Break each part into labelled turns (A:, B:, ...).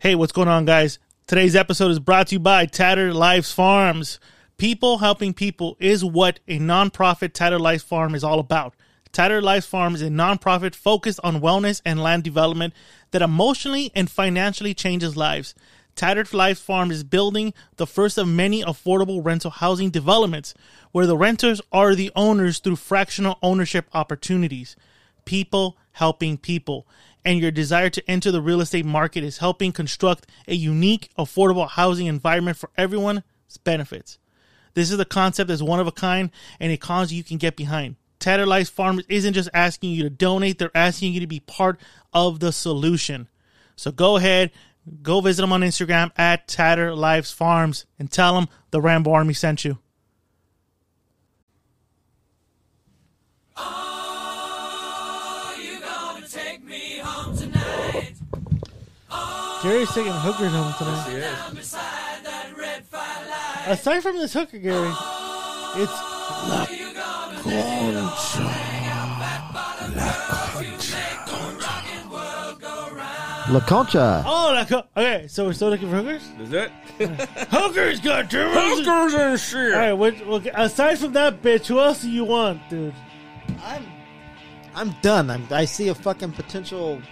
A: Hey, what's going on, guys? Today's episode is brought to you by Tattered Lives Farms. People helping people is what a nonprofit Tattered Lives Farm is all about. Tattered Lives Farm is a nonprofit focused on wellness and land development that emotionally and financially changes lives. Tattered Lives Farm is building the first of many affordable rental housing developments where the renters are the owners through fractional ownership opportunities people helping people. And your desire to enter the real estate market is helping construct a unique, affordable housing environment for everyone's benefits. This is a concept that's one of a kind and a cause you can get behind. Tattered Life Farms isn't just asking you to donate, they're asking you to be part of the solution. So go ahead, go visit them on Instagram at Tatter Lives Farms and tell them the Rambo Army sent you. Gary's taking hookers home tonight. Aside from this hooker, Gary, it's
B: La Concha.
A: oh that co- okay. So we're still looking for hookers.
C: Is it?
A: Hookers got All
C: Hookers and shit.
A: right. What, what, aside from that bitch, who else do you want, dude?
B: I'm, I'm done. I'm, I see a fucking potential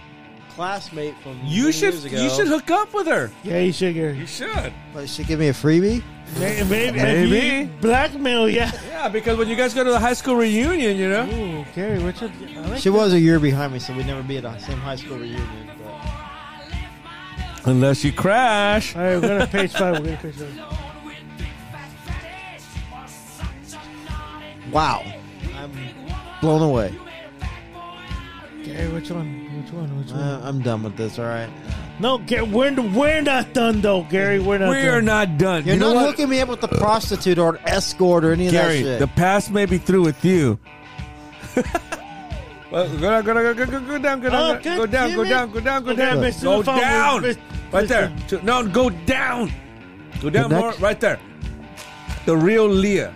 B: classmate from
C: You
B: 20
C: should
B: Years ago,
C: you should hook up with her.
A: Yeah, you should, Gary.
C: You should.
B: But she give me a freebie.
A: Maybe, maybe,
C: Maybe.
A: blackmail. Yeah.
C: Yeah, because when you guys go to the high school reunion, you know.
A: Ooh, Gary, what's your? I like
B: She was a year behind me, so we'd never be at the same high school reunion. But
C: Unless you crash.
A: All right, we're gonna page five. We're gonna page five.
B: wow, I'm blown away.
A: Gary, which one? Which one? Which one?
B: Uh, I'm done with this. All right,
A: no, Gary, we're we're not done though, Gary. We're not.
C: We are
A: done.
C: not done.
B: you're
C: you know
B: not
C: what?
B: hooking me up with the prostitute or an escort or any of
C: Gary,
B: that
C: the
B: shit.
C: past may be through with you. well, go down, go down, go, go, go, go down, go down,
A: Oh,
C: go
A: God
C: down,
A: damn
C: go
A: it.
C: down, go down, go
A: Okay,
C: down,
A: Mr.
C: go
A: Lafon,
C: down,
A: Mr.
C: right there. To- No, go down, go down more,
B: next-
C: right there. The real Leah.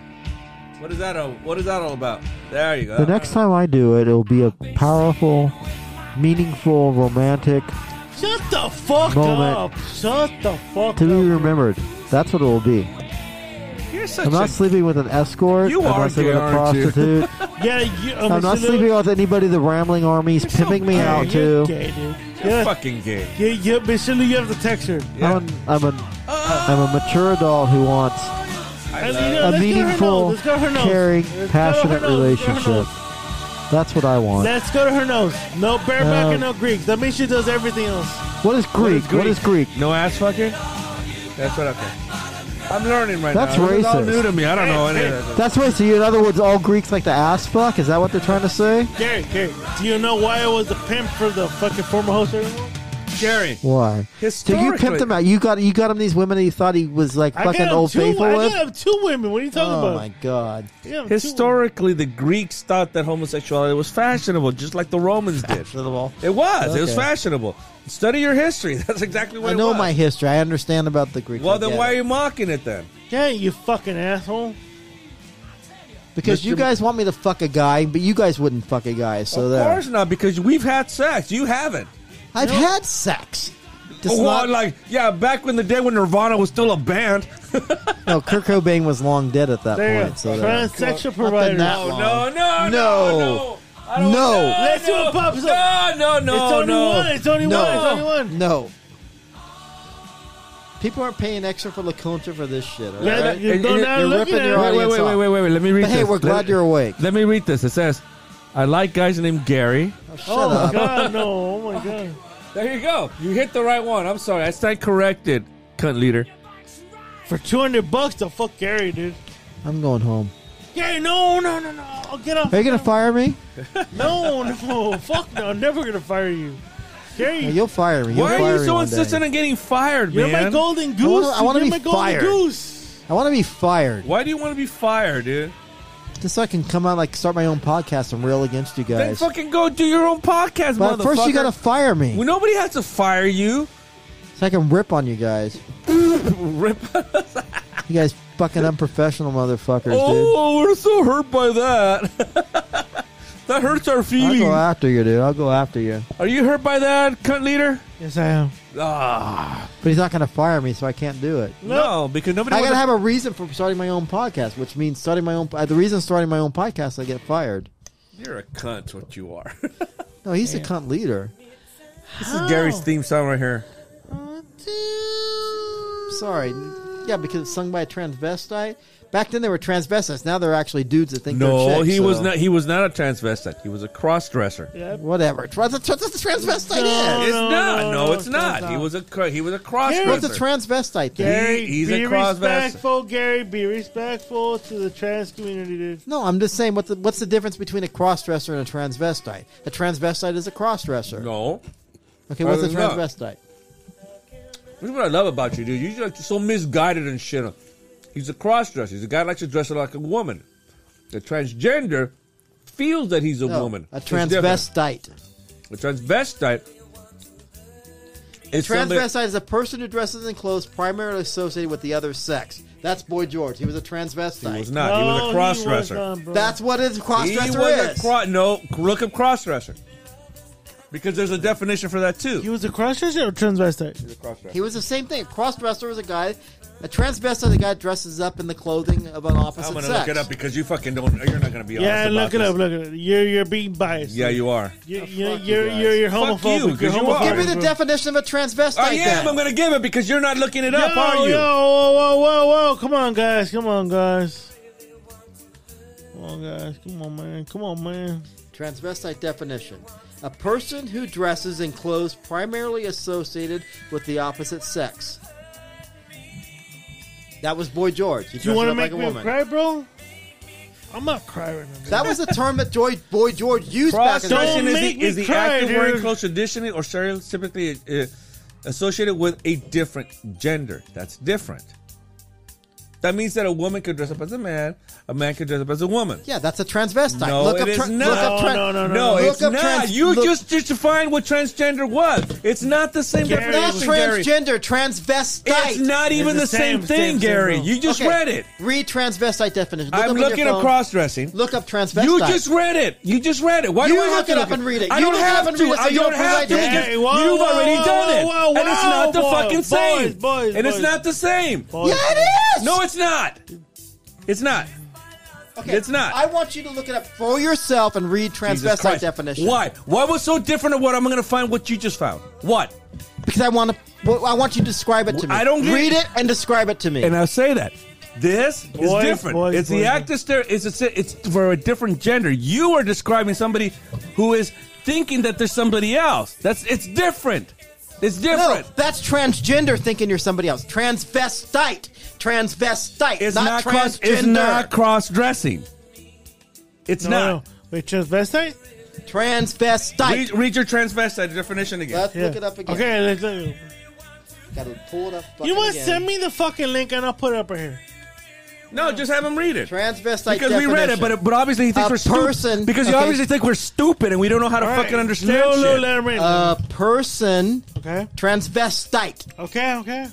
C: What is that? All, what is that all about? There you go.
B: next time I do it, it'll be a powerful, meaningful, romantic
A: Shut the fuck
B: Moment.
A: up. Shut the fuck
B: to
A: up.
B: be remembered. That's what it will be.
C: You're such
B: I'm
C: a
B: not sleeping with an escort.
C: You
B: I'm
C: are
B: not sleeping
C: gay,
B: with a
C: aren't you?
B: prostitute.
A: Yeah, you, I mean,
B: I'm not
A: she look-
B: sleeping with anybody the rambling army's
C: so
B: pimping me
C: gay.
B: out
A: You're
B: to.
A: gay, dude.
C: you're
A: Yeah,
C: fucking gay.
A: yeah, yeah, but surely you have the texture.
C: Yeah.
B: I'm, I'm, a, I'm a mature adult who wants
C: I
A: I mean,
C: love-
A: you know, let's get her
B: a
A: nose.
B: meaningful,
A: Let's go her nose.
B: caring,
A: Let's go to her nose.
B: passionate
A: Let's go to her
B: relationship.
A: nose.
B: That's what I want.
A: Let's go to her nose. No bareback
B: Uh,
A: and no Greeks. That means she does everything else.
B: What is Greek? What is Greek?
C: No ass fucking? That's what okay. I'm learning right
B: That's
C: now. This is all
B: racist.
C: new to me. I don't know any of that.
B: That's right. So, you, in other words, all Greeks like the ass fuck? Is that what they're trying to say?
A: Gary, Gary, do you know why I was the pimp for the fucking former host? anymore?
C: Gary.
B: Why? So you
C: Historically-
B: pimped him out. You got you got him these women that you thought he was like
A: I
B: fucking
A: got
B: old
A: two,
B: faithful
A: I
B: with.
A: got two women. What are you talking
B: Oh
A: about?
B: my god!
A: Yeah, two
C: Historically, the Greeks thought that homosexuality was fashionable, just like the Romans did. It was. It was
B: Okay.
C: fashionable. Study your history. That's exactly what
B: I
C: it
B: know
C: was.
B: my history. I understand about the Greeks. I
C: well, then
B: get
C: why are
B: it.
C: you mocking it then?
A: women. Yeah, you fucking asshole.
B: Because you
C: Mr.
B: guys want me to fuck a guy, but you guys wouldn't fuck a guy. So
C: of
B: there.
C: course not, because we've had sex. You haven't.
B: I've
A: No.
B: had sex. Just
C: well,
B: not,
C: Oh, like, yeah, back when the day when Nirvana was still a band.
B: no, Kurt Cobain was long dead at that
A: There you go.
B: point. So there.
A: Transsexual
B: Not
A: provider.
B: that now.
C: No,
B: Long.
C: no, no, no,
B: No.
C: no. I don't-
B: No.
A: Let's do a pop song.
C: No, no, no,
A: it's only
C: no.
A: one. It's only
B: No.
A: one. It's only one.
B: No. People aren't paying extra for La Concha for this shit. all
A: Yeah,
B: right?
A: that- you
C: And-
A: don't
C: and-
A: now
B: you're
A: look
B: ripping
A: at
B: your
A: it.
B: own-
C: Wait, wait, wait, wait, wait, wait, wait. Let me read
B: But hey,
C: this.
B: we're glad
C: let,
B: you're awake.
C: Let me read this. It says, I like guys named Gary.
B: Shut
A: Oh my
B: up.
A: god, no! Oh my god!
C: There you go. You hit the right one. I'm sorry. I stand corrected, cunt leader.
A: For two hundred bucks to fuck Gary, dude.
B: I'm going home.
A: Gary, no, no, no, no! I'll get off.
B: Are you gonna fire me?
A: No, no, fuck no! I'm never gonna fire you, Gary.
B: No, Oh, you'll fire me. You'll
C: Why
B: fire
C: are you
B: me
C: so
B: one day.
C: insistent on getting fired,
A: You're
C: man?
A: my golden goose.
B: wanna- I wanna
A: You're
B: be
A: my golden
B: fired.
A: goose.
B: I want to be fired,
C: Why do you want to be fired, dude?
B: just so I can come out like start my own podcast and rail against you
C: Then
B: guys.
C: fucking go do your own podcast,
B: But
C: motherfucker.
B: first, you gotta fire me,
C: Well, nobody has to fire you.
B: so I can rip on you guys.
C: Rip.
B: You guys fucking unprofessional motherfuckers, dude.
C: Oh, we're so hurt by that. That hurts our
B: I'll go
C: feelings.
B: after you, dude. I'll go after you.
C: Are you hurt by that, cunt leader?
A: Yes, I am.
C: Ah,
B: But he's not going to fire me, so I can't do it.
C: no, because nobody.
B: I
C: wants
B: gotta
C: to-
B: have a reason for starting my own podcast, which means starting my own. Uh, the reason starting my own podcast, I get fired.
C: You're a cunt. What you are.
B: No, he's a cunt leader.
C: this is Gary's theme song right here.
B: Sorry, yeah, because it's sung by a transvestite. Back then they were transvestites. Now they're actually dudes that think. they're
C: No,
B: chicks,
C: he was
B: so-
C: not. He was not a transvestite. He was a cross-dresser.
B: Whatever. Trans- That's what a transvestite
A: No.
B: is.
C: It's
A: no,
C: not.
A: no,
C: No,
A: no,
C: it's
A: it's
C: not.
A: not.
C: He was a cr- he was a
B: What's a
C: cross-dresser.
B: transvestite then?
A: Gary,
C: he's a
A: be
C: Crosby.
A: respectful, Gary. Be respectful to the trans community, dude.
B: No, I'm just saying. What the, what's the difference between a crossdresser and a transvestite? A transvestite is a crossdresser.
C: no,
B: Okay, what's a
C: Uh, no.
B: transvestite?
C: this is what I love about you, dude. You're like so misguided and shit. He's a cross-dresser. He's a guy that likes to dress like a woman. The transgender feels that he's a
B: No,
C: woman.
B: A
C: It's different.
B: transvestite.
C: A transvestite is somebody-
B: Transvestite is a person who dresses in clothes primarily associated with the other sex. That's Boy George. He was a transvestite.
C: He was not. he was a
A: No,
C: cross
A: Oh, he uh,
C: dresser.
A: wasn't, bro.
B: That's what his
C: He was
B: crossdresser
C: a
B: is.
C: cro- no. Look up cross dresser because there's a definition for that too.
A: he was a cross dresser or transvestite?
C: He's a cross-dresser.
B: he was the same thing. A crossdresser was a guy. A transvestite is a guy dresses up in the clothing of an opposite
C: I'm gonna
B: sex.
C: look it up because you fucking don't. You're not gonna be honest.
A: Yeah,
C: about
A: look it
C: this.
A: up. Look it up. You're you're being biased.
C: Yeah, you are.
A: You're you're
B: fuck you
A: you're,
B: guys.
A: you're, you're
C: Fuck
A: homophobic.
C: you, 'cause
A: you're
C: you
A: homophobic.
C: are.
B: Give me the
A: bro.
B: definition of a transvestite.
C: I am.
B: then.
C: I'm gonna give it because you're not looking it
A: Yo,
C: up, are you?
A: yo, whoa, whoa, whoa, whoa! Come on, guys. Come on, guys. Come on, guys. Come on, man. Come on, man.
B: Transvestite definition. A person who dresses in clothes primarily associated with the opposite sex. That was Boy George. He
A: Do you
B: dressed
A: want to
B: up
A: make
B: like a
A: me
B: woman.
A: cry, bro? I'm not crying. Right now.
B: That was a term that Joy, Boy George used back in the
A: Don't
C: Cross-dressing is
A: make
C: the,
A: me
C: is the
A: cry,
C: act of wearing
A: dude.
C: clothes traditionally or stereotypically uh, associated with a different gender. That's different. That means that a woman could dress up as a man, a man could dress up as a woman.
B: Yeah, that's a transvestite.
C: No,
B: look
C: it
B: up
C: is
B: tra-
C: not.
B: Look up tra-
A: No, no, no,
C: No,
B: Look
C: it's
B: up
C: not.
B: trans-
C: you
B: look-
C: just just defined what transgender was. It's not the same
A: Gary,
B: Not
C: definition, Gary.
B: transgender, transvestite.
C: It's not even
A: the
C: the,
A: same- same
C: same, thing,
A: thing,
C: Gary.
A: bro.
C: you just
B: Okay,
C: read it.
B: Read transvestite definition. Look up
C: I'm
B: on your
C: looking at
B: phone.
C: cross dressing.
B: Look up transvestite.
C: You just read it. You just read it. Why do
B: You
C: I
B: look
C: have to
B: it up and read it.
C: I
B: You
C: don't
B: look it up
C: have
B: and
C: to.
B: read it so
C: I
B: you
C: don't
B: don't
C: have to.
B: provide
C: because
A: Hey, whoa,
C: You've
A: whoa,
C: already
A: whoa,
C: done it,
A: whoa,
C: and it's
A: whoa,
C: not the
A: boys,
C: fucking
A: boys,
C: same.
A: boys,
C: and it's
A: boys.
C: not the same.
A: Boy,
B: Yeah, it is.
C: No, it's not. It's not.
B: okay.
C: it's not.
B: I want you to look it up for yourself and read
C: Jesus
B: transvestite
C: Christ.
B: definition.
C: Why? Why was so different of what I'm going to find what you just found? What?
B: Because I want to. Well, I want you to describe it to me.
C: I don't get-
B: read it and describe it to me.
C: And I say that this
A: Boys,
C: is different.
A: boys,
C: it's
A: boys.
C: the act of ster- it's a, it's for a different gender. You are describing somebody who is thinking that there's somebody else. That's it's different. It's
B: no,
C: different.
B: that's transgender thinking you're somebody else. Transvestite, transvestite,
C: It's
B: not,
C: not, cross.
B: transgender.
C: It's not cross dressing. It's
A: No, no.
C: not.
A: Wait, transvestite?
B: transvestite.
C: Read, read your transvestite definition again.
B: Let's look it up again.
A: Okay, let's look it up.
B: Gotta pull it up. fucking
A: You want to
B: again.
A: send me the fucking link and I'll put it up right here.
C: no, just have him read it.
B: transvestite?
C: Because we read it, but
B: definition.
C: it, but obviously he thinks
B: A
C: we're stupid.
B: person-
C: because you
B: okay.
C: obviously think we're stupid and we don't know how to
A: All right,
C: fucking understand
A: Lil- Lil
C: shit.
A: Letterman.
B: a person
A: okay.
B: transvestite,
A: Okay, okay.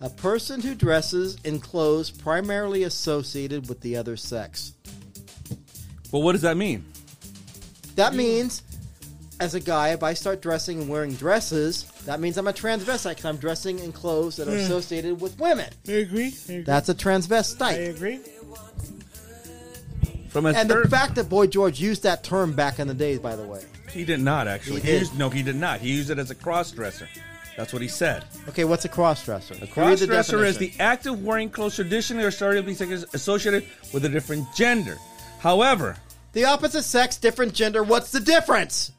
B: a person who dresses in clothes primarily associated with the other sex.
C: But what does that mean? Mm.
B: That means, as a guy, if I start dressing and wearing dresses, that means I'm a transvestite because I'm dressing in clothes that are
C: Mm.
B: associated with women.
A: I agree. I agree.
B: That's a
A: I
B: transvestite.
A: agree.
C: From a
B: And
C: third,
B: the fact that Boy George used that term back in the days, by the way.
C: he did not actually.
B: He
C: He
B: did.
C: used, no, he did not. He used it as a cross dresser. That's what he said.
B: Okay, what's a crossdresser?
C: A cross dresser is the act of wearing clothes traditionally or stereotypically taken- associated with a different gender. However,
B: the opposite sex, different gender. What's the difference?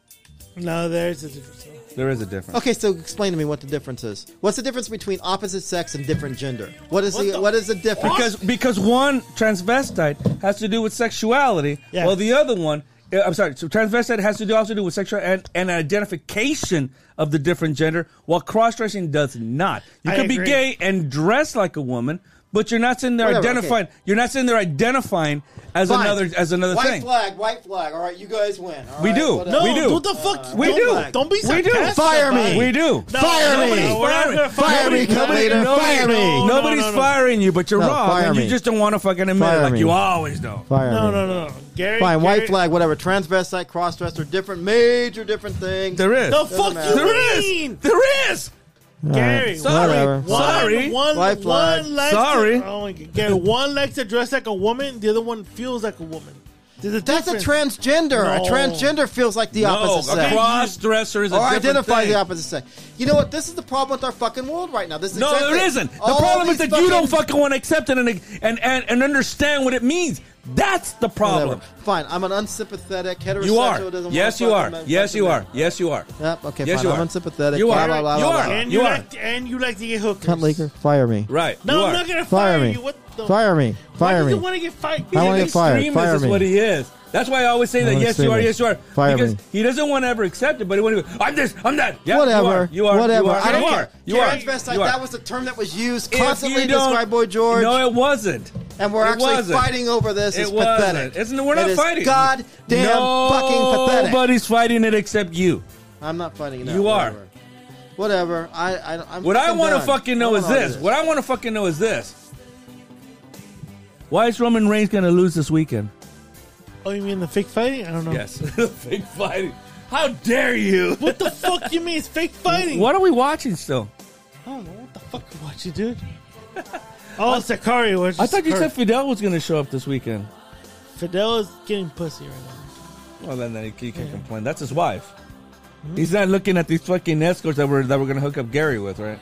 A: No, there's a difference.
C: there is a difference.
B: Okay, so explain to me what the difference is. What's the difference between opposite sex and different gender? What is
A: What
B: the,
A: the-
B: what is the difference?
C: because because one transvestite has to do with sexuality,
A: Yeah.
C: while the other one, uh, I'm sorry, so transvestite has to do also do with sexual and, and identification of the different gender, while cross dressing does not. You
A: I
C: can be
A: agree.
C: gay and dress like a woman, But you're not sitting there
B: Whatever,
C: identifying.
B: okay.
C: You're not sitting there identifying as
B: Fine.
C: another as another
B: white
C: thing.
B: flag, white flag. All right, you guys win. All
C: We
B: right,
C: do.
B: whatever.
A: No,
C: We do.
A: What the fuck?
C: We
A: don't,
C: do.
A: Don't be
C: We do.
A: sarcastic.
B: Uh, Fire me.
A: about it.
C: We do.
A: No,
B: Fire me.
A: nobody's
B: We're
A: firing-
C: not gonna fire
A: nobody-
C: me, come
A: nobody-
B: later.
A: nobody-
B: Fire me.
A: no, no,
C: Nobody's
A: no, no.
C: firing you, but you're
B: No,
C: wrong,
B: fire
C: and you
B: me.
C: just don't want to fucking admit
B: Fire
C: it like
B: me.
C: you always do.
B: Fire
A: No,
B: me.
A: no, no, no. Gary.
B: Fine,
A: Gary,
B: white flag, whatever. Transvestite, crossdresser, different, major different things.
C: There is.
A: The fuck
B: matter.
A: you
C: there is.
A: mean?
C: There is.
A: Gary.
C: Sorry.
B: Whatever.
A: One,
C: Sorry.
A: One,
B: White flag.
A: one likes
C: Sorry.
A: To, oh my God. Gary, one likes to dress like a woman. The other one feels like a woman. There's a
B: That's a
A: difference.
B: transgender.
A: No.
B: A transgender feels like the opposite
C: no,
B: sex.
C: a cross dresser is a
B: or
C: different
B: identify
C: thing.
B: the opposite sex. You know what? This is the problem with our fucking world right now. This is
C: No,
B: exactly
C: there isn't. The
B: All
C: problem is
B: these
C: that you don't fucking want to accept it and and, and and understand what it means. That's the problem.
B: Whatever. Fine, I'm an unsympathetic heterosexual.
C: You are.
B: doesn't
C: Yes,
B: wanna
C: you
B: fuck
C: are.
B: men-
C: Yes,
B: fucking
C: you
B: men.
C: are. Yes, you are.
B: Yep. Okay.
C: Yes,
B: fine.
C: you
B: I'm
C: are.
B: unsympathetic.
C: You
B: blah,
C: are.
B: Blah, blah,
C: You
B: blah,
C: are.
B: blah.
A: And you,
C: You are.
A: like and you like to get hookers.
B: Cunt leaker. Fire me.
C: Right.
A: No,
C: you
A: I'm
C: are.
A: not gonna fire,
B: Fire me.
A: you. What the?
B: Fire me. Fire
A: Why
B: me.
A: do you want to get fired?
B: I wanna
C: He's an
B: get fired.
C: extremist
B: Fire
C: is
B: me.
C: what he is. That's why I always say
B: I'm
C: that
B: an
C: yes you are, yes
B: extremist.
C: you are.
B: Fire
C: because
B: me.
C: he doesn't want to ever accept it, but he wants to go, I'm this, I'm that. Yeah,
B: Whatever.
C: You are. You are.
B: Whatever.
C: You are.
B: I don't
C: you
B: care.
C: are. You are.
B: Transvestite.
C: You are.
B: That was the term that was used
C: If you
B: constantly to
C: don't-
B: describe Boy George.
C: No, it wasn't.
B: and we're
C: It
B: actually
C: wasn't.
B: fighting over this.
C: It
B: It's
C: wasn't.
B: pathetic.
C: It's- we're not
B: It is
C: fighting.
B: Goddamn fucking pathetic.
C: Nobody's fighting it except you.
B: I'm not fighting it. out,
C: You are.
B: Whatever. Whatever. I. I I'm
C: What I want to
B: done.
C: fucking know
B: I
C: is
B: want all
C: this. What I want to fucking know is this. Why is Roman Reigns going to lose this weekend?
A: Oh, you mean the fake fighting? I don't know.
C: Yes. Fake fighting. How dare you?
A: What the fuck you mean it's fake fighting?
C: What are we watching still?
A: I don't know. What the fuck you watching, dude? Oh, Sakari.
C: I thought you said Fidel was going to show up this weekend.
A: Fidel is getting pussy right now.
C: Well, then, then he, he can complain. That's his wife.
B: Hmm?
C: He's not looking at these fucking escorts that we're, that we're going to hook up Gary with, right?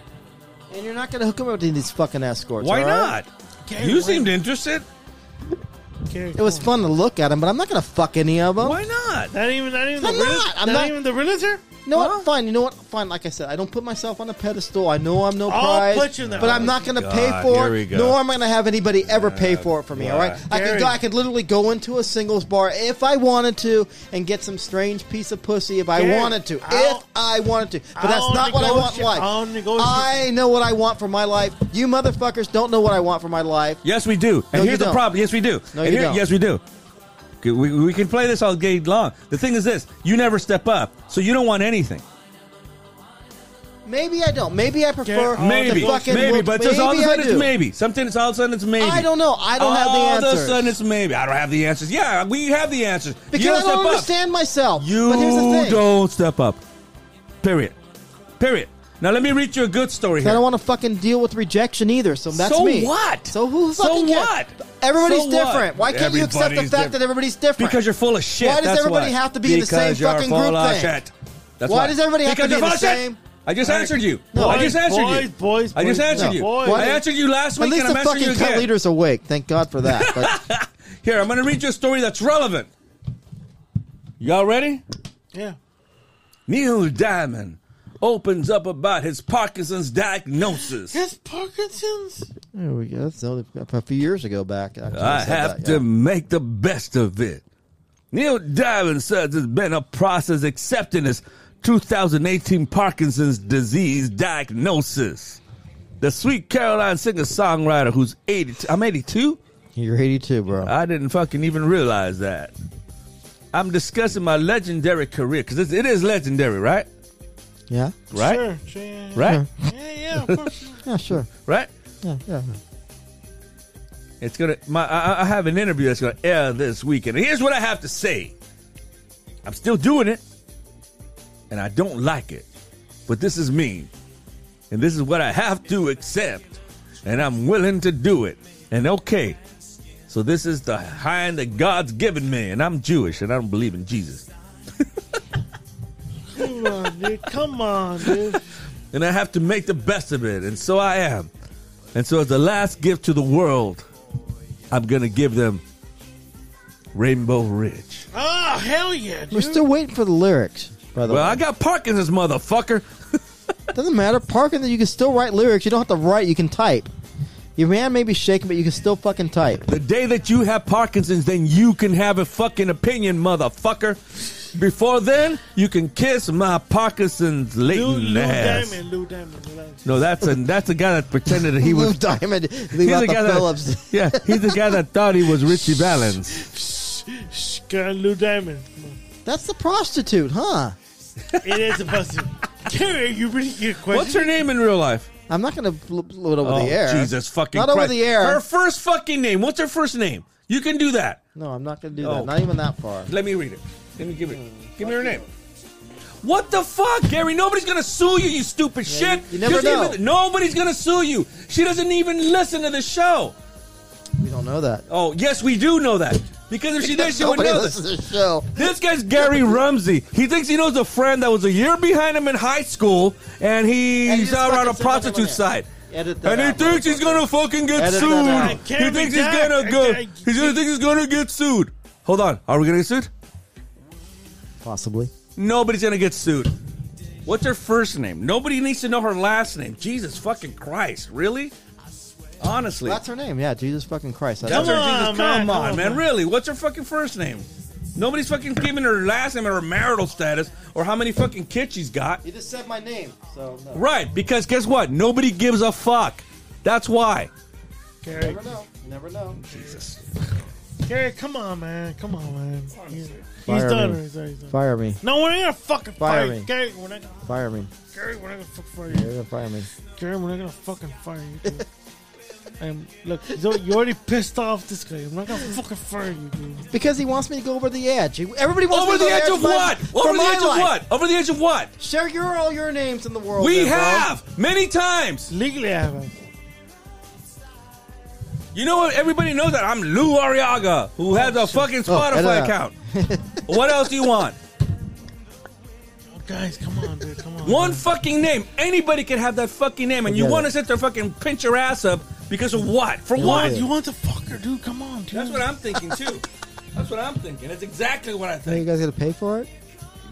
B: And you're not going to hook him up with these fucking escorts.
C: Why
B: all right?
C: not?
A: Gary,
C: you
A: why-
C: seemed Oh. interested.
A: Gary,
B: It was
A: come on.
B: fun to look at him, but I'm not going to fuck any of them.
C: Why not?
A: Not even, not even
B: I'm
A: the
B: not.
A: realtor.
B: I'm
A: not,
B: not-
A: even the realtor.
B: You know
C: Huh?
B: what? Fine. You know what? Fine. Like I said, I don't put myself on a pedestal. I know I'm no
A: I'll
B: prize,
A: put you in that-
B: but I'm not going to pay
C: God,
B: for
C: here we
B: it.
C: go.
B: Nor am I going to have anybody ever pay for it for me. All right. I
A: Gary.
B: could go, I could literally go into a singles bar if I wanted to and get some strange piece of pussy if I
A: Gary,
B: wanted to.
A: I'll-
B: if I wanted to, but
A: I'll
B: that's not what I want. in
A: negotiate-
B: Life.
A: I'll negotiate-
B: I know what I want for my life. You motherfuckers don't know what I want for my life.
C: Yes, we do. And
B: No, you
C: here's the
B: don't.
C: problem. Yes, we do.
B: No,
C: And
B: you don't.
C: Yes, we do. Okay, We, we can play this all day long. The thing is this you never step up, so you don't want anything.
B: Maybe I don't. Maybe I
A: Gary,
B: prefer
A: Oh,
C: maybe.
B: the fucking
C: Maybe,
B: look-
C: but just all of a
B: maybe I
C: sudden it's
B: do.
C: maybe. Something it's all of a sudden it's maybe.
B: I don't know. I don't have the
C: All of
B: answers.
C: a sudden it's maybe. I don't have the answers. Yeah, we have the answers.
B: Because
C: you
B: I
C: don't
B: don't
C: step up.
B: understand myself.
C: You
B: but here's the thing.
C: don't step up. Period. Period. Now let me read you a good story
B: I
C: here.
B: don't want to fucking deal with rejection either. So that's
C: So
B: me.
C: what?
B: So who
C: So
B: fucking cares?
C: what?
B: Everybody's
C: So what?
B: different. Why can't you accept the
C: Everybody's
B: fact
C: different.
B: that everybody's different?
C: Because you're full of shit.
B: Why does
C: that's
B: everybody
C: why.
B: have to be in the same
C: Because you're
B: fucking
C: full
B: group
C: of
B: thing?
C: Shit. That's
B: Why does everybody have
C: Because
B: to be
C: you're
B: the
C: full of shit.
B: same?
C: I just answered you.
A: No.
C: I just
A: Boys,
C: answered you.
A: boys,
C: I just
A: boys,
C: answered
A: no,
C: you.
A: boys.
C: I answered you last
B: At
C: week,
B: least
C: and
B: the
C: I'm answering you
B: fucking cut
C: again.
B: leader's awake. Thank God for that. But
C: Here, I'm going to read you a story that's relevant. Y'all ready?
A: Yeah.
C: Neil Diamond opens up about his Parkinson's diagnosis.
A: Has Parkinson's?
B: there we go. That's only a few years ago back. Actually,
C: I
B: said
C: have
B: that,
C: to
B: yeah.
C: make the best of it. Neil Diamond says it's been a process accepting his 2018 Parkinson's disease diagnosis. The sweet Caroline singer songwriter who's 82. I'm 82?
B: You're 82, bro.
C: I didn't fucking even realize that. I'm discussing my legendary career because it is legendary, right?
B: yeah.
C: Right?
A: Sure. sure, yeah, yeah.
C: Right?
A: Yeah, yeah. Of course.
B: Yeah. Sure.
C: Right?
B: Yeah. Yeah.
C: It's gonna. My, I, I have an interview that's gonna air this weekend. And here's what I have to say. I'm still doing it, and I don't like it, but this is me, and this is what I have to accept, and I'm willing to do it. And okay, so this is the hand that God's given me, and I'm Jewish, and I don't believe in Jesus,
A: Come on, dude. Come on, dude.
C: and I have to make the best of it, and so I am. And so, as the last gift to the world, I'm gonna give them Rainbow Ridge.
B: Ah,
A: Oh, hell yeah, dude.
B: We're still waiting for the lyrics. By the
C: Well,
B: way,
C: I got Parkinson's, motherfucker.
B: Doesn't matter. Parking that you can still write lyrics. You don't have to write. You can type. Your man may be shaking, but you can still fucking type.
C: The day that you have Parkinson's, then you can have a fucking opinion, motherfucker. Before then, you can kiss my Parkinson's
A: Lou,
C: latent
A: Lou
C: ass.
A: Diamond, Lou Diamond. relax.
C: No, that's a that's a guy that pretended that he
B: Lou
C: was.
B: Diamond, leave out the Phillips.
C: that, yeah, he's the guy that thought he was Richie Valens.
A: Shh, girl, Lou Diamond. Come on.
B: That's the prostitute, huh?
A: It is a pussy. Gary, you really get a question.
C: What's her name in real life?
B: I'm not going to blow it over Oh, the air.
C: Oh, Jesus fucking
B: Not
C: Christ.
B: over the air.
C: Her first fucking name. What's her first name? You can do that.
B: No, I'm not going to do
C: Oh.
B: that. Not even that far.
C: Let me read it. Let me give it.
B: Hmm.
C: Give me her name. What the fuck, Gary? Nobody's gonna sue you, you stupid shit.
B: you never
C: doesn't
B: know.
C: even- nobody's gonna sue you. She doesn't even listen to the show.
B: We don't know that.
C: Oh, yes, we do know that. Because if she did, she would
B: Nobody
C: know this.
B: listens to the show.
C: This guy's Gary Rumsey. He thinks he knows a friend that was a year behind him in high school, and he
B: And he
C: he's
B: just
C: out on
B: fucking
C: a
B: said nothing
C: prostitute
B: on there.
C: side.
B: Edit that
C: And he
B: out,
C: thinks he's gonna fucking get
B: Edit that out.
C: sued.
B: It
A: can't
C: He
A: be
C: thinks he's
A: done.
C: gonna go.
A: Okay.
C: He's gonna think he's gonna get sued. Hold on, are we gonna get sued?
B: Possibly.
C: Nobody's gonna get sued. What's her first name? Nobody needs to know her last name. Jesus fucking Christ, really? Honestly,
B: That's her name. Yeah, Jesus fucking Christ. I
C: That's
B: know.
A: Come
C: her
A: on,
C: Jesus.
A: man.
C: Come
A: Come
C: on,
A: on,
C: man.
A: man.
C: Really? What's her fucking first name? Nobody's fucking giving her last name or her marital status or how many fucking kids she's got.
B: You just said my name, so no.
C: Right, because guess what? Nobody gives a fuck. That's why.
A: Gary,
B: Never know. Never know.
C: Jesus.
A: Gary, come on, man. Come on, man. He's, he's
B: Fire
A: done.
B: me.
A: He's done. He's done.
B: Fire me.
A: No, we're not gonna fucking
B: Fire
A: fire, you.
B: me.
A: Gary. We're not gonna,
B: Fire me.
A: Gary, we're not gonna fucking fire
B: You're
A: you.
B: gonna fire me.
A: Gary, we're not gonna fucking fire you. Dude. And look, so you already pissed off this guy. I'm not gonna fucking fire you, dude.
B: Because he wants me to go over the edge. Everybody wants
C: Over
B: me to
C: the
B: go
C: edge
B: there
C: of
B: for my-
C: what?
B: for
C: Over the
B: my
C: edge of
B: life.
C: what? Over the edge of what?
B: Share your all your names in the world.
C: We
B: then, bro.
C: have many times.
A: Legally, I haven't.
C: You know what? Everybody knows that I'm Lou Ariaga, who has a fucking
B: Oh, edit
C: Spotify
B: out.
C: account. what else do you want?
A: Guys, come on, dude. Come on.
C: One
A: man.
C: fucking name. Anybody can have that fucking name, and you
B: Forget
C: want to
B: it.
C: sit there fucking pinch your ass up because of what? For
A: Why?
C: what?
A: You want to fuck her, dude? Come on, dude.
C: That's what I'm thinking too. That's what I'm thinking. That's exactly what I
B: Now you
C: think.
B: guys gonna pay for it?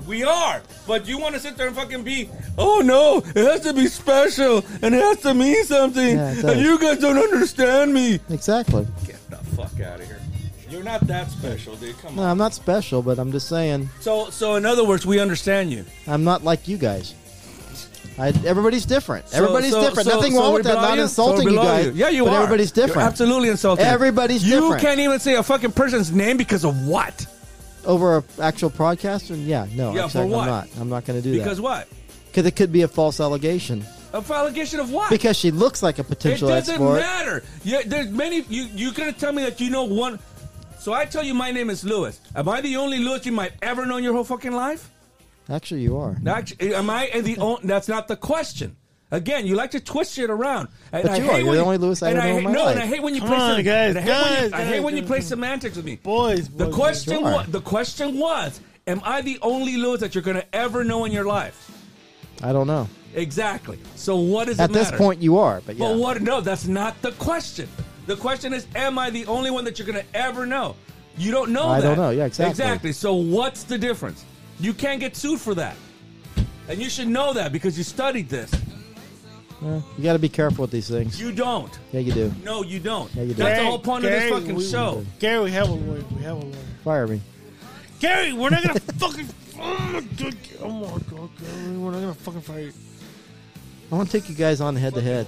C: We are, but you want to sit there and fucking be? Oh no, it has to be special, and it has to mean something.
B: Yeah, it does.
C: and you guys don't understand me.
B: Exactly.
C: Get the fuck out of here. You're not that special, dude. Come
B: No,
C: on.
B: I'm not special, but I'm just saying
C: So, so in other words, we understand you.
B: I'm not like you guys. I, everybody's different. everybody's
C: So- so-
B: different.
C: so-
B: Nothing
C: so
B: wrong
C: we're
B: with that.
C: below
B: Not
C: you? So
B: insulting
C: we're
B: you
C: below
B: guys.
C: Yeah, you
B: but
C: are.
B: Everybody's
C: You're
B: different.
C: absolutely insulting.
B: Everybody's
C: you
B: different.
C: can't even say a fucking person's name because of what?
B: Over an actual podcast, and yeah, no,
C: Yeah,
B: I'm,
C: for
B: saying
C: what?
B: I'm not. I'm not going to do
C: Because
B: that
C: what?
B: because it could be a false allegation.
C: A allegation of what?
B: Because she looks like a
C: it
B: potential
C: doesn't
B: export.
C: matter. You, there's many. You you gonna tell me that you know one? So I tell you, my name is Lewis. Am I the only Lewis you might ever know in your whole fucking life?
B: Actually, you are.
C: Actually, am I the only? That's not the question. Again, you like to twist it around. And
B: But
C: I
B: you
C: hate
B: are.
C: when
B: You're the only Lewis I
C: and
B: ever know in my
C: hate- No,
B: life.
C: and I hate when you
A: Come
C: play.
A: on,
C: sem-
A: guys,
C: and I hate when you,
A: guys,
C: I hate
A: guys,
C: when you
A: guys,
C: play
A: guys.
C: semantics with me.
A: Boys, boys.
C: The question
B: sure.
C: was. The question was. Am I the only Lewis that you're gonna ever know in your life?
B: I don't know.
C: Exactly. So what does
B: At
C: it
B: this
C: matter?
B: point, you are. But yeah,
C: But what? No, that's not the question. The question is, am I the only one that you're going to ever know? You don't know.
B: I
C: that.
B: don't know. Yeah, exactly.
C: Exactly. So what's the difference? You can't get sued for that, and you should know that because you studied this.
B: Eh, you got to be careful with these things.
C: You don't.
B: Yeah, you do.
C: No, you don't.
B: Yeah, you do.
C: That's
A: Gary,
C: the whole point
A: Gary,
C: of this fucking
A: we-
C: show.
A: Gary, we have a lawyer. We have a lawyer.
B: Fire me.
A: Gary, we're not gonna fucking. Oh my god, oh my god, Gary, we're not gonna fucking fire you.
B: I want to take you guys on head to head.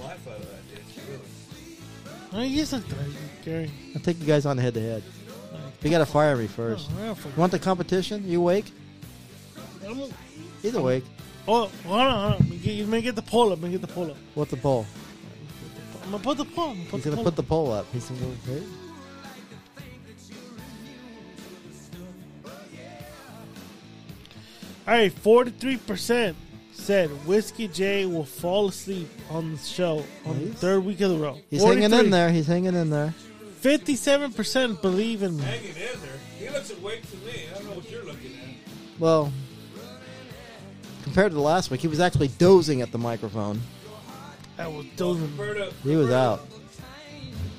A: No, he's not dying, Gary.
B: I'll take you guys on head to head. You got to fire me first.
A: No,
B: You want the competition? You awake?
A: I'm-
B: He's awake.
A: oh, hold on, hold on. You- You may get the poll up. May get the poll up.
B: What's the poll?
A: I'm gonna put the poll. I'm gonna put
B: He's
A: the
B: going to
A: poll
B: put the
A: up.
B: poll up. He's going to go, hey.
A: All right, forty-three percent said Whiskey J will fall asleep on the show on the
B: Nice.
A: third week of the row.
B: He's hanging in there. He's hanging in there.
A: Fifty-seven percent believe in me.
C: He looks awake to me. I don't know what you're looking at.
B: Well, compared to the last week, he was actually dozing at the microphone.
A: That was dozing.
C: to,
B: He was out.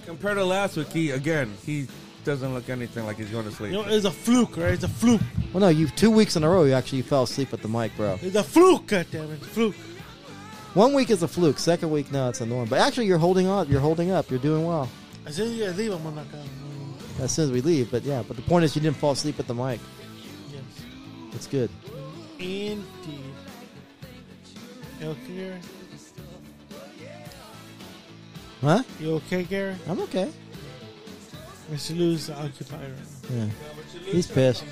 C: Compared to last week, he again he doesn't look anything like he's going to sleep.
A: You know, it's a fluke, right? It's a fluke.
B: Well, no, you two weeks in a row, you actually fell asleep at the mic, bro.
A: It's a fluke. Goddamn it, fluke.
B: One week is a fluke. Second week, no, it's a norm. But actually, you're holding up. You're holding up. You're doing well.
A: As soon as you guys leave, I'm gonna knock out.
B: As soon as we leave, but yeah. But the point is, you didn't fall asleep at the mic.
A: Yes.
B: It's good.
A: Indeed. You okay, Gary?
B: Huh?
A: You okay, Gary?
B: I'm okay.
A: Mr. Lou's the occupier.
B: Yeah. He's pissed.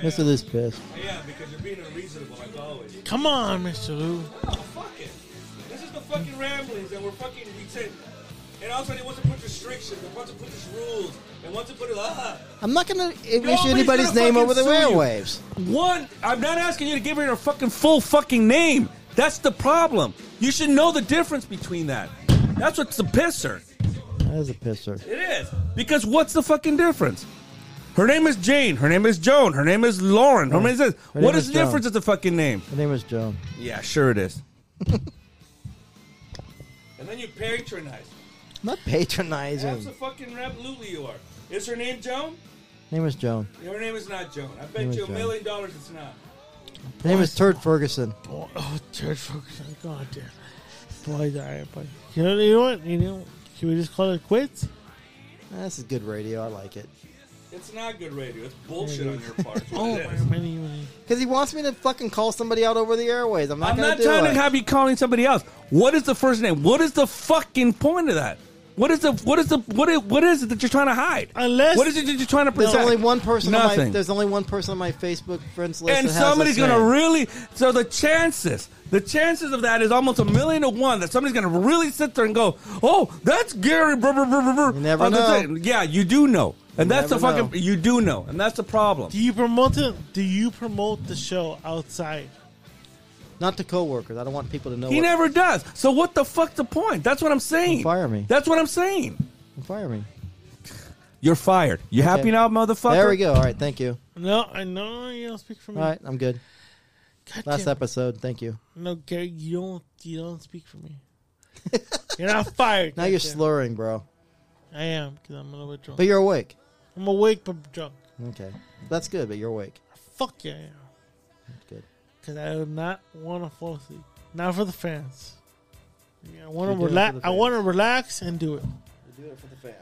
B: Mr. Lou's pissed.
C: Yeah, because you're being unreasonable like always.
A: Come on, Mr. Lou.
C: Oh, fuck it. This is the fucking ramblings, and we're fucking, we said, and also they want to put restrictions, they want to put these rules, they want to put it, ah.
B: I'm not gonna
C: Nobody's
B: issue anybody's
C: gonna
B: name
C: fucking
B: over the
C: sue you.
B: airwaves.
C: One, I'm not asking you to give her her fucking full fucking name. That's the problem. You should know the difference between that. That's what's the pisser.
B: That is a pisser.
C: It is. Because what's the fucking difference? Her name is Jane. Her name is Joan. Her name is Lauren. Her name is this.
B: Her name
C: what is
B: is
C: the
B: Joan.
C: difference of the fucking name?
B: Her name was Joan.
C: Yeah, sure it is. and then you patronize.
B: I'm not patronizing. Her
C: fucking absolutely you are. Is her name Joan?
B: name was Joan.
C: Her name is not Joan. I
B: Name is you a Joan. million
C: dollars it's not.
B: Her name is Turd Ferguson.
A: Boy, oh, dude, focus on God damn. Boy, die, boy. You know, you know what? You know, can we just call it quits?
B: That's a good radio. I like it.
C: It's not good radio. It's bullshit on your part.
A: Oh, my many, many.
B: Because he wants me to fucking call somebody out over the airways. I'm not
C: I'm
B: gonna
C: not
B: do
C: trying
B: it.
C: to have you calling somebody else. What is the first name? What is the fucking point of that? What is the what is the what is, what is it that you're trying to hide?
A: Unless-
C: what is it that you're trying to
B: there's
C: protect?
B: only one person. On my,
C: Nothing.
B: there's only one person on my Facebook friends list.
C: and
B: that has
C: somebody's
B: this
C: gonna
B: name.
C: really so the chances the chances of that is almost a million to one that somebody's gonna really sit there and go oh that's gary brr, brr, brr, brr, brr.
B: You never
C: on the
B: know.
C: thing." yeah you do know and
B: You
C: that's the
B: never
C: fucking
B: know.
C: you do know and that's the problem
A: Do you promote the Do you promote the show outside?
B: not to coworkers. I don't want people to know.
C: he
B: what,
C: never does so what the fuck's the point that's what i'm saying
B: Fire me.
C: that's what i'm saying
B: fire me.
C: you're fired you happy
B: Okay.
C: now motherfucker
B: There we go. All right, thank you.
A: No, I know you don't speak for me.
B: All right, I'm good.
A: God
B: Last
A: damn.
B: episode, thank you.
A: No, Gary, you don't. You don't speak for me. you're not fired.
B: Now you're
A: goddamn.
B: slurring, bro,
A: I am because I'm a little bit drunk.
B: but you're awake.
A: I'm awake but drunk.
B: Okay, that's good, but you're awake.
A: Fuck yeah, I am.
B: Good.
A: Because I do not want to fall asleep. Not for the fans. Yeah, I want
B: You're
A: to
B: doing it
A: relax.
B: for the
A: I want to relax and do it.
B: You do it for the fans.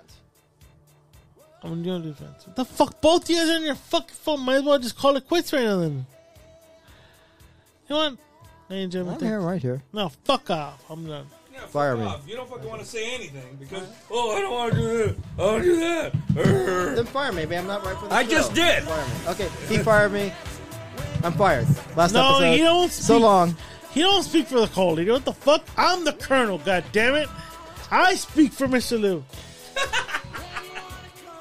A: I'm doing the fans. What the fuck? Both of you guys are on your fucking phone. Might as well just call it quits right now. Then. You know what? Ladies and gentlemen,
B: I'm
A: thank-
B: here, right here.
A: No, fuck off. I'm done.
C: Yeah, fuck
B: Fire me.
C: off. You don't fucking want to say anything because oh, I don't want to do this. I don't do that. Err.
B: Then fire me, man. I'm not right for the
C: I
B: show.
C: just did.
B: Fire me. Okay, he fired me. I'm fired. Last
A: No,
B: episode.
A: you don't
B: So
A: speak.
B: long.
A: He don't speak for the cold leader. What the fuck? I'm the colonel. God damn it! I speak for Mr. Lou.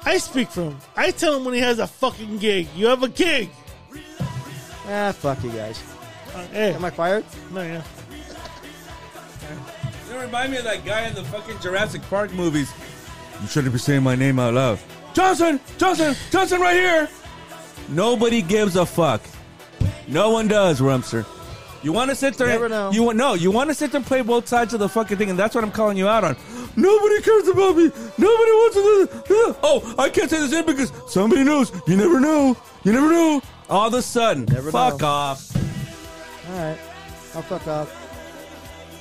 A: I speak for him. I tell him when he has a fucking gig. You have a gig.
B: Ah, fuck you guys.
A: Uh, hey,
B: Am I fired?
A: no, yeah.
C: You remind me of that guy in the fucking Jurassic Park movies. You shouldn't be saying my name out loud. Johnson, Johnson, Johnson, right here. Nobody gives a fuck. No one does, Rumster. You want to sit there?
B: Never know.
C: You want no? You want to sit there and play both sides of the fucking thing, and that's what I'm calling you out on. Nobody cares about me. Nobody wants to. Listen. Oh, I can't say this in because somebody knows. You never know. You never know. All of a sudden,
B: Never
C: fuck
B: know.
C: off.
B: All right. I'll fuck off.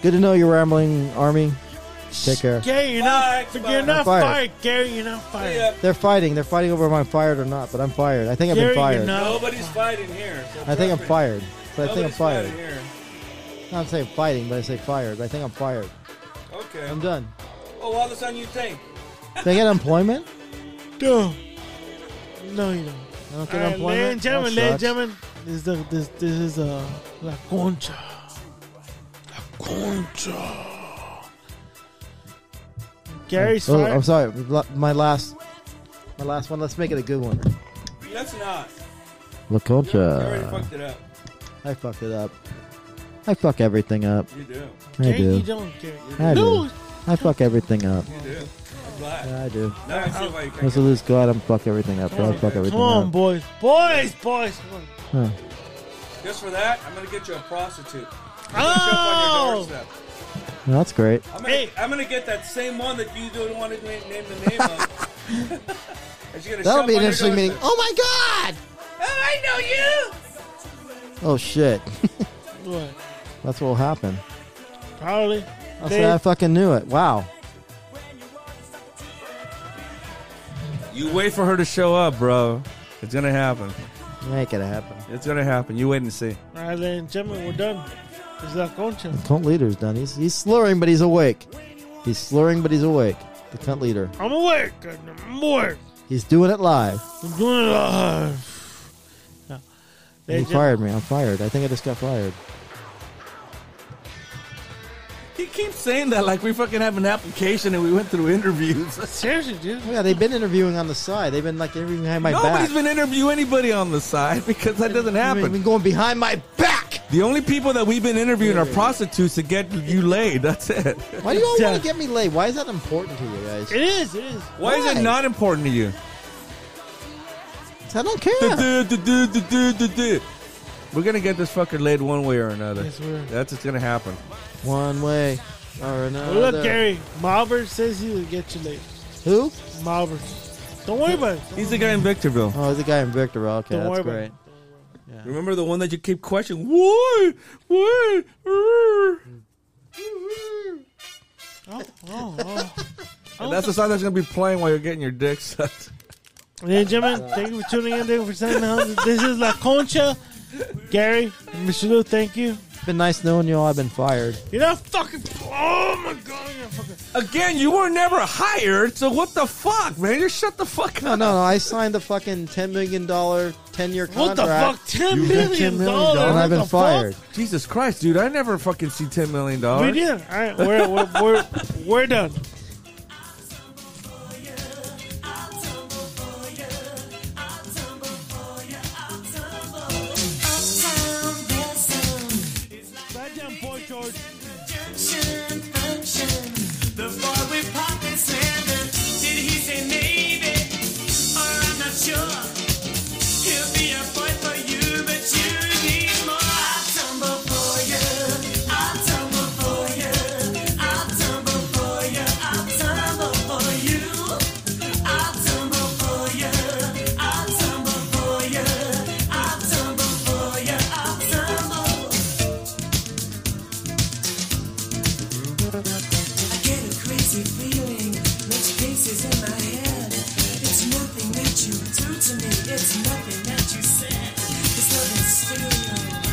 B: Good to know you're rambling, Army. Take care.
A: Gary, you're not.
C: Bye,
A: You're
C: bye.
A: not
B: I'm fired.
A: fired. Gary, you're not fired.
C: Yeah,
B: They're fighting. They're fighting over if I'm fired or not, but I'm fired. I think I've
A: Gary,
B: been
A: you're
B: fired.
A: not.
C: Nobody's fighting here. so
B: I think I'm
C: trust me.
B: fired. But I think I'm
C: Nobody's
B: fired.
C: fighting here.
B: Not saying fighting, but I say fired. But I think I'm fired.
C: Okay.
B: I'm done.
C: Oh, all of a sudden you think.
B: Do I get unemployment?
A: No. No, you don't. All right,
B: I don't get
A: ladies and
B: unemployment.
A: gentlemen,
B: That
A: ladies and
B: sucks.
A: gentlemen, this is the, this this is uh, La Concha. La Concha. Gary's
B: Oh,
A: fired.
B: I'm sorry. La- My last, my last one. Let's make it a good one.
C: That's not.
B: La
C: You already fucked it up.
B: I fucked it up. I fuck everything up.
C: You do.
B: I
A: Gary, you
B: do.
A: don't, Gary.
B: I
A: no,
B: do. I fuck everything up.
C: You do. I'm glad.
B: Oh. Yeah, I do.
C: Now I see why you can't.
B: Mr. Lou's God, I'm fuck everything up. I fuck everything
A: come on,
B: up.
A: boys, boys, boys. Come on.
B: Huh.
C: Just for that, I'm gonna get you a prostitute. I'm gonna show up on
A: Oh,
C: your doorstep.
B: No, that's great.
C: I'm gonna,
A: Hey.
C: I'm gonna get that same one that you don't want to name name the name of. And she's gonna show
B: That'll
C: up
B: be
C: on
B: an
C: your
B: interesting meeting.
C: doorstep.
B: Oh my God!
C: Oh, I know you.
B: Oh shit.
A: What?
B: that's what will happen.
A: probably.
B: I'll
A: They-
B: say I fucking knew it. Wow.
C: You wait for her to show up, bro. It's gonna happen.
B: Make it happen.
C: It's gonna happen. You wait and see.
A: All right, ladies and gentlemen, we're done. It's La Concha.
B: Cunt leader's done. He's he's slurring, but he's awake. He's slurring, but he's awake. The cunt leader.
A: I'm awake. I'm awake.
B: He's doing it live.
A: I'm doing it live. No.
B: He
A: Ladies and
B: fired me. I'm fired. I think I just got fired.
C: He keeps saying that like we fucking have an application and we went through interviews.
A: gen- Seriously, dude.
B: Oh, yeah, they've been interviewing on the side. They've been like interviewing behind my
C: Nobody's
B: back.
C: been interview anybody on the side because that doesn't
B: They've
C: happen.
B: been going behind my back.
C: The only people that we've been interviewing are prostitutes to get you laid. That's it.
B: Why do you all want
A: Yeah.
B: to get me laid? Why is that important to you guys?
A: It is. It is.
C: Why is
B: Why?
C: it not important to you?
B: I don't care.
C: Du- du- du- du- du- du- du. We're gonna get this fucker laid one way or another.
A: Yes, we are.
C: That's what's gonna happen.
B: One way or another.
A: Well, look, Gary. Malver says he will get you late.
B: Who?
A: Malver. Don't worry about it.
C: He's the guy in Victorville.
B: Oh, the guy in Victor. Okay,
A: Don't worry
B: that's great.
A: about
C: Remember the one that you keep questioning? Why? Why? Err.
A: it. Oh, oh, oh.
C: And that's the song that's gonna be playing while you're getting your dick sucked.
A: Ladies and gentlemen, thank you for tuning in. Thank you for sending us. This is La Concha. Gary, Mr. Lou, thank you.
B: It's been nice knowing you all. I've been fired.
A: You're not fucking. Oh my god, you're fucking.
C: Again, you were never hired, so what the fuck, man? Just shut the fuck
B: No,
C: up.
B: no, no. I signed the fucking $10 million 10 year
A: What
B: contract.
A: the fuck? Ten million dollars.
B: And
A: What
B: I've been
A: the
B: fired.
A: fuck?
C: Jesus Christ, dude! I never fucking see ten million
A: We
C: dollars.
A: did. All right, we're we're we're, we're done. Goddamn boy, George.
D: The boy with pockets slamming, did he say maybe? Or I'm not sure. He'll be a boy for you, but you need more. I'll tumble for you. I'll tumble for you. I'll tumble for you. I'll tumble for you. I'll tumble for you. I'll tumble for you. I'll tumble for you. I'll tumble. I get a crazy feeling, much paces in my head. It's nothing that you do to me, it's nothing that you said. It's nothing still.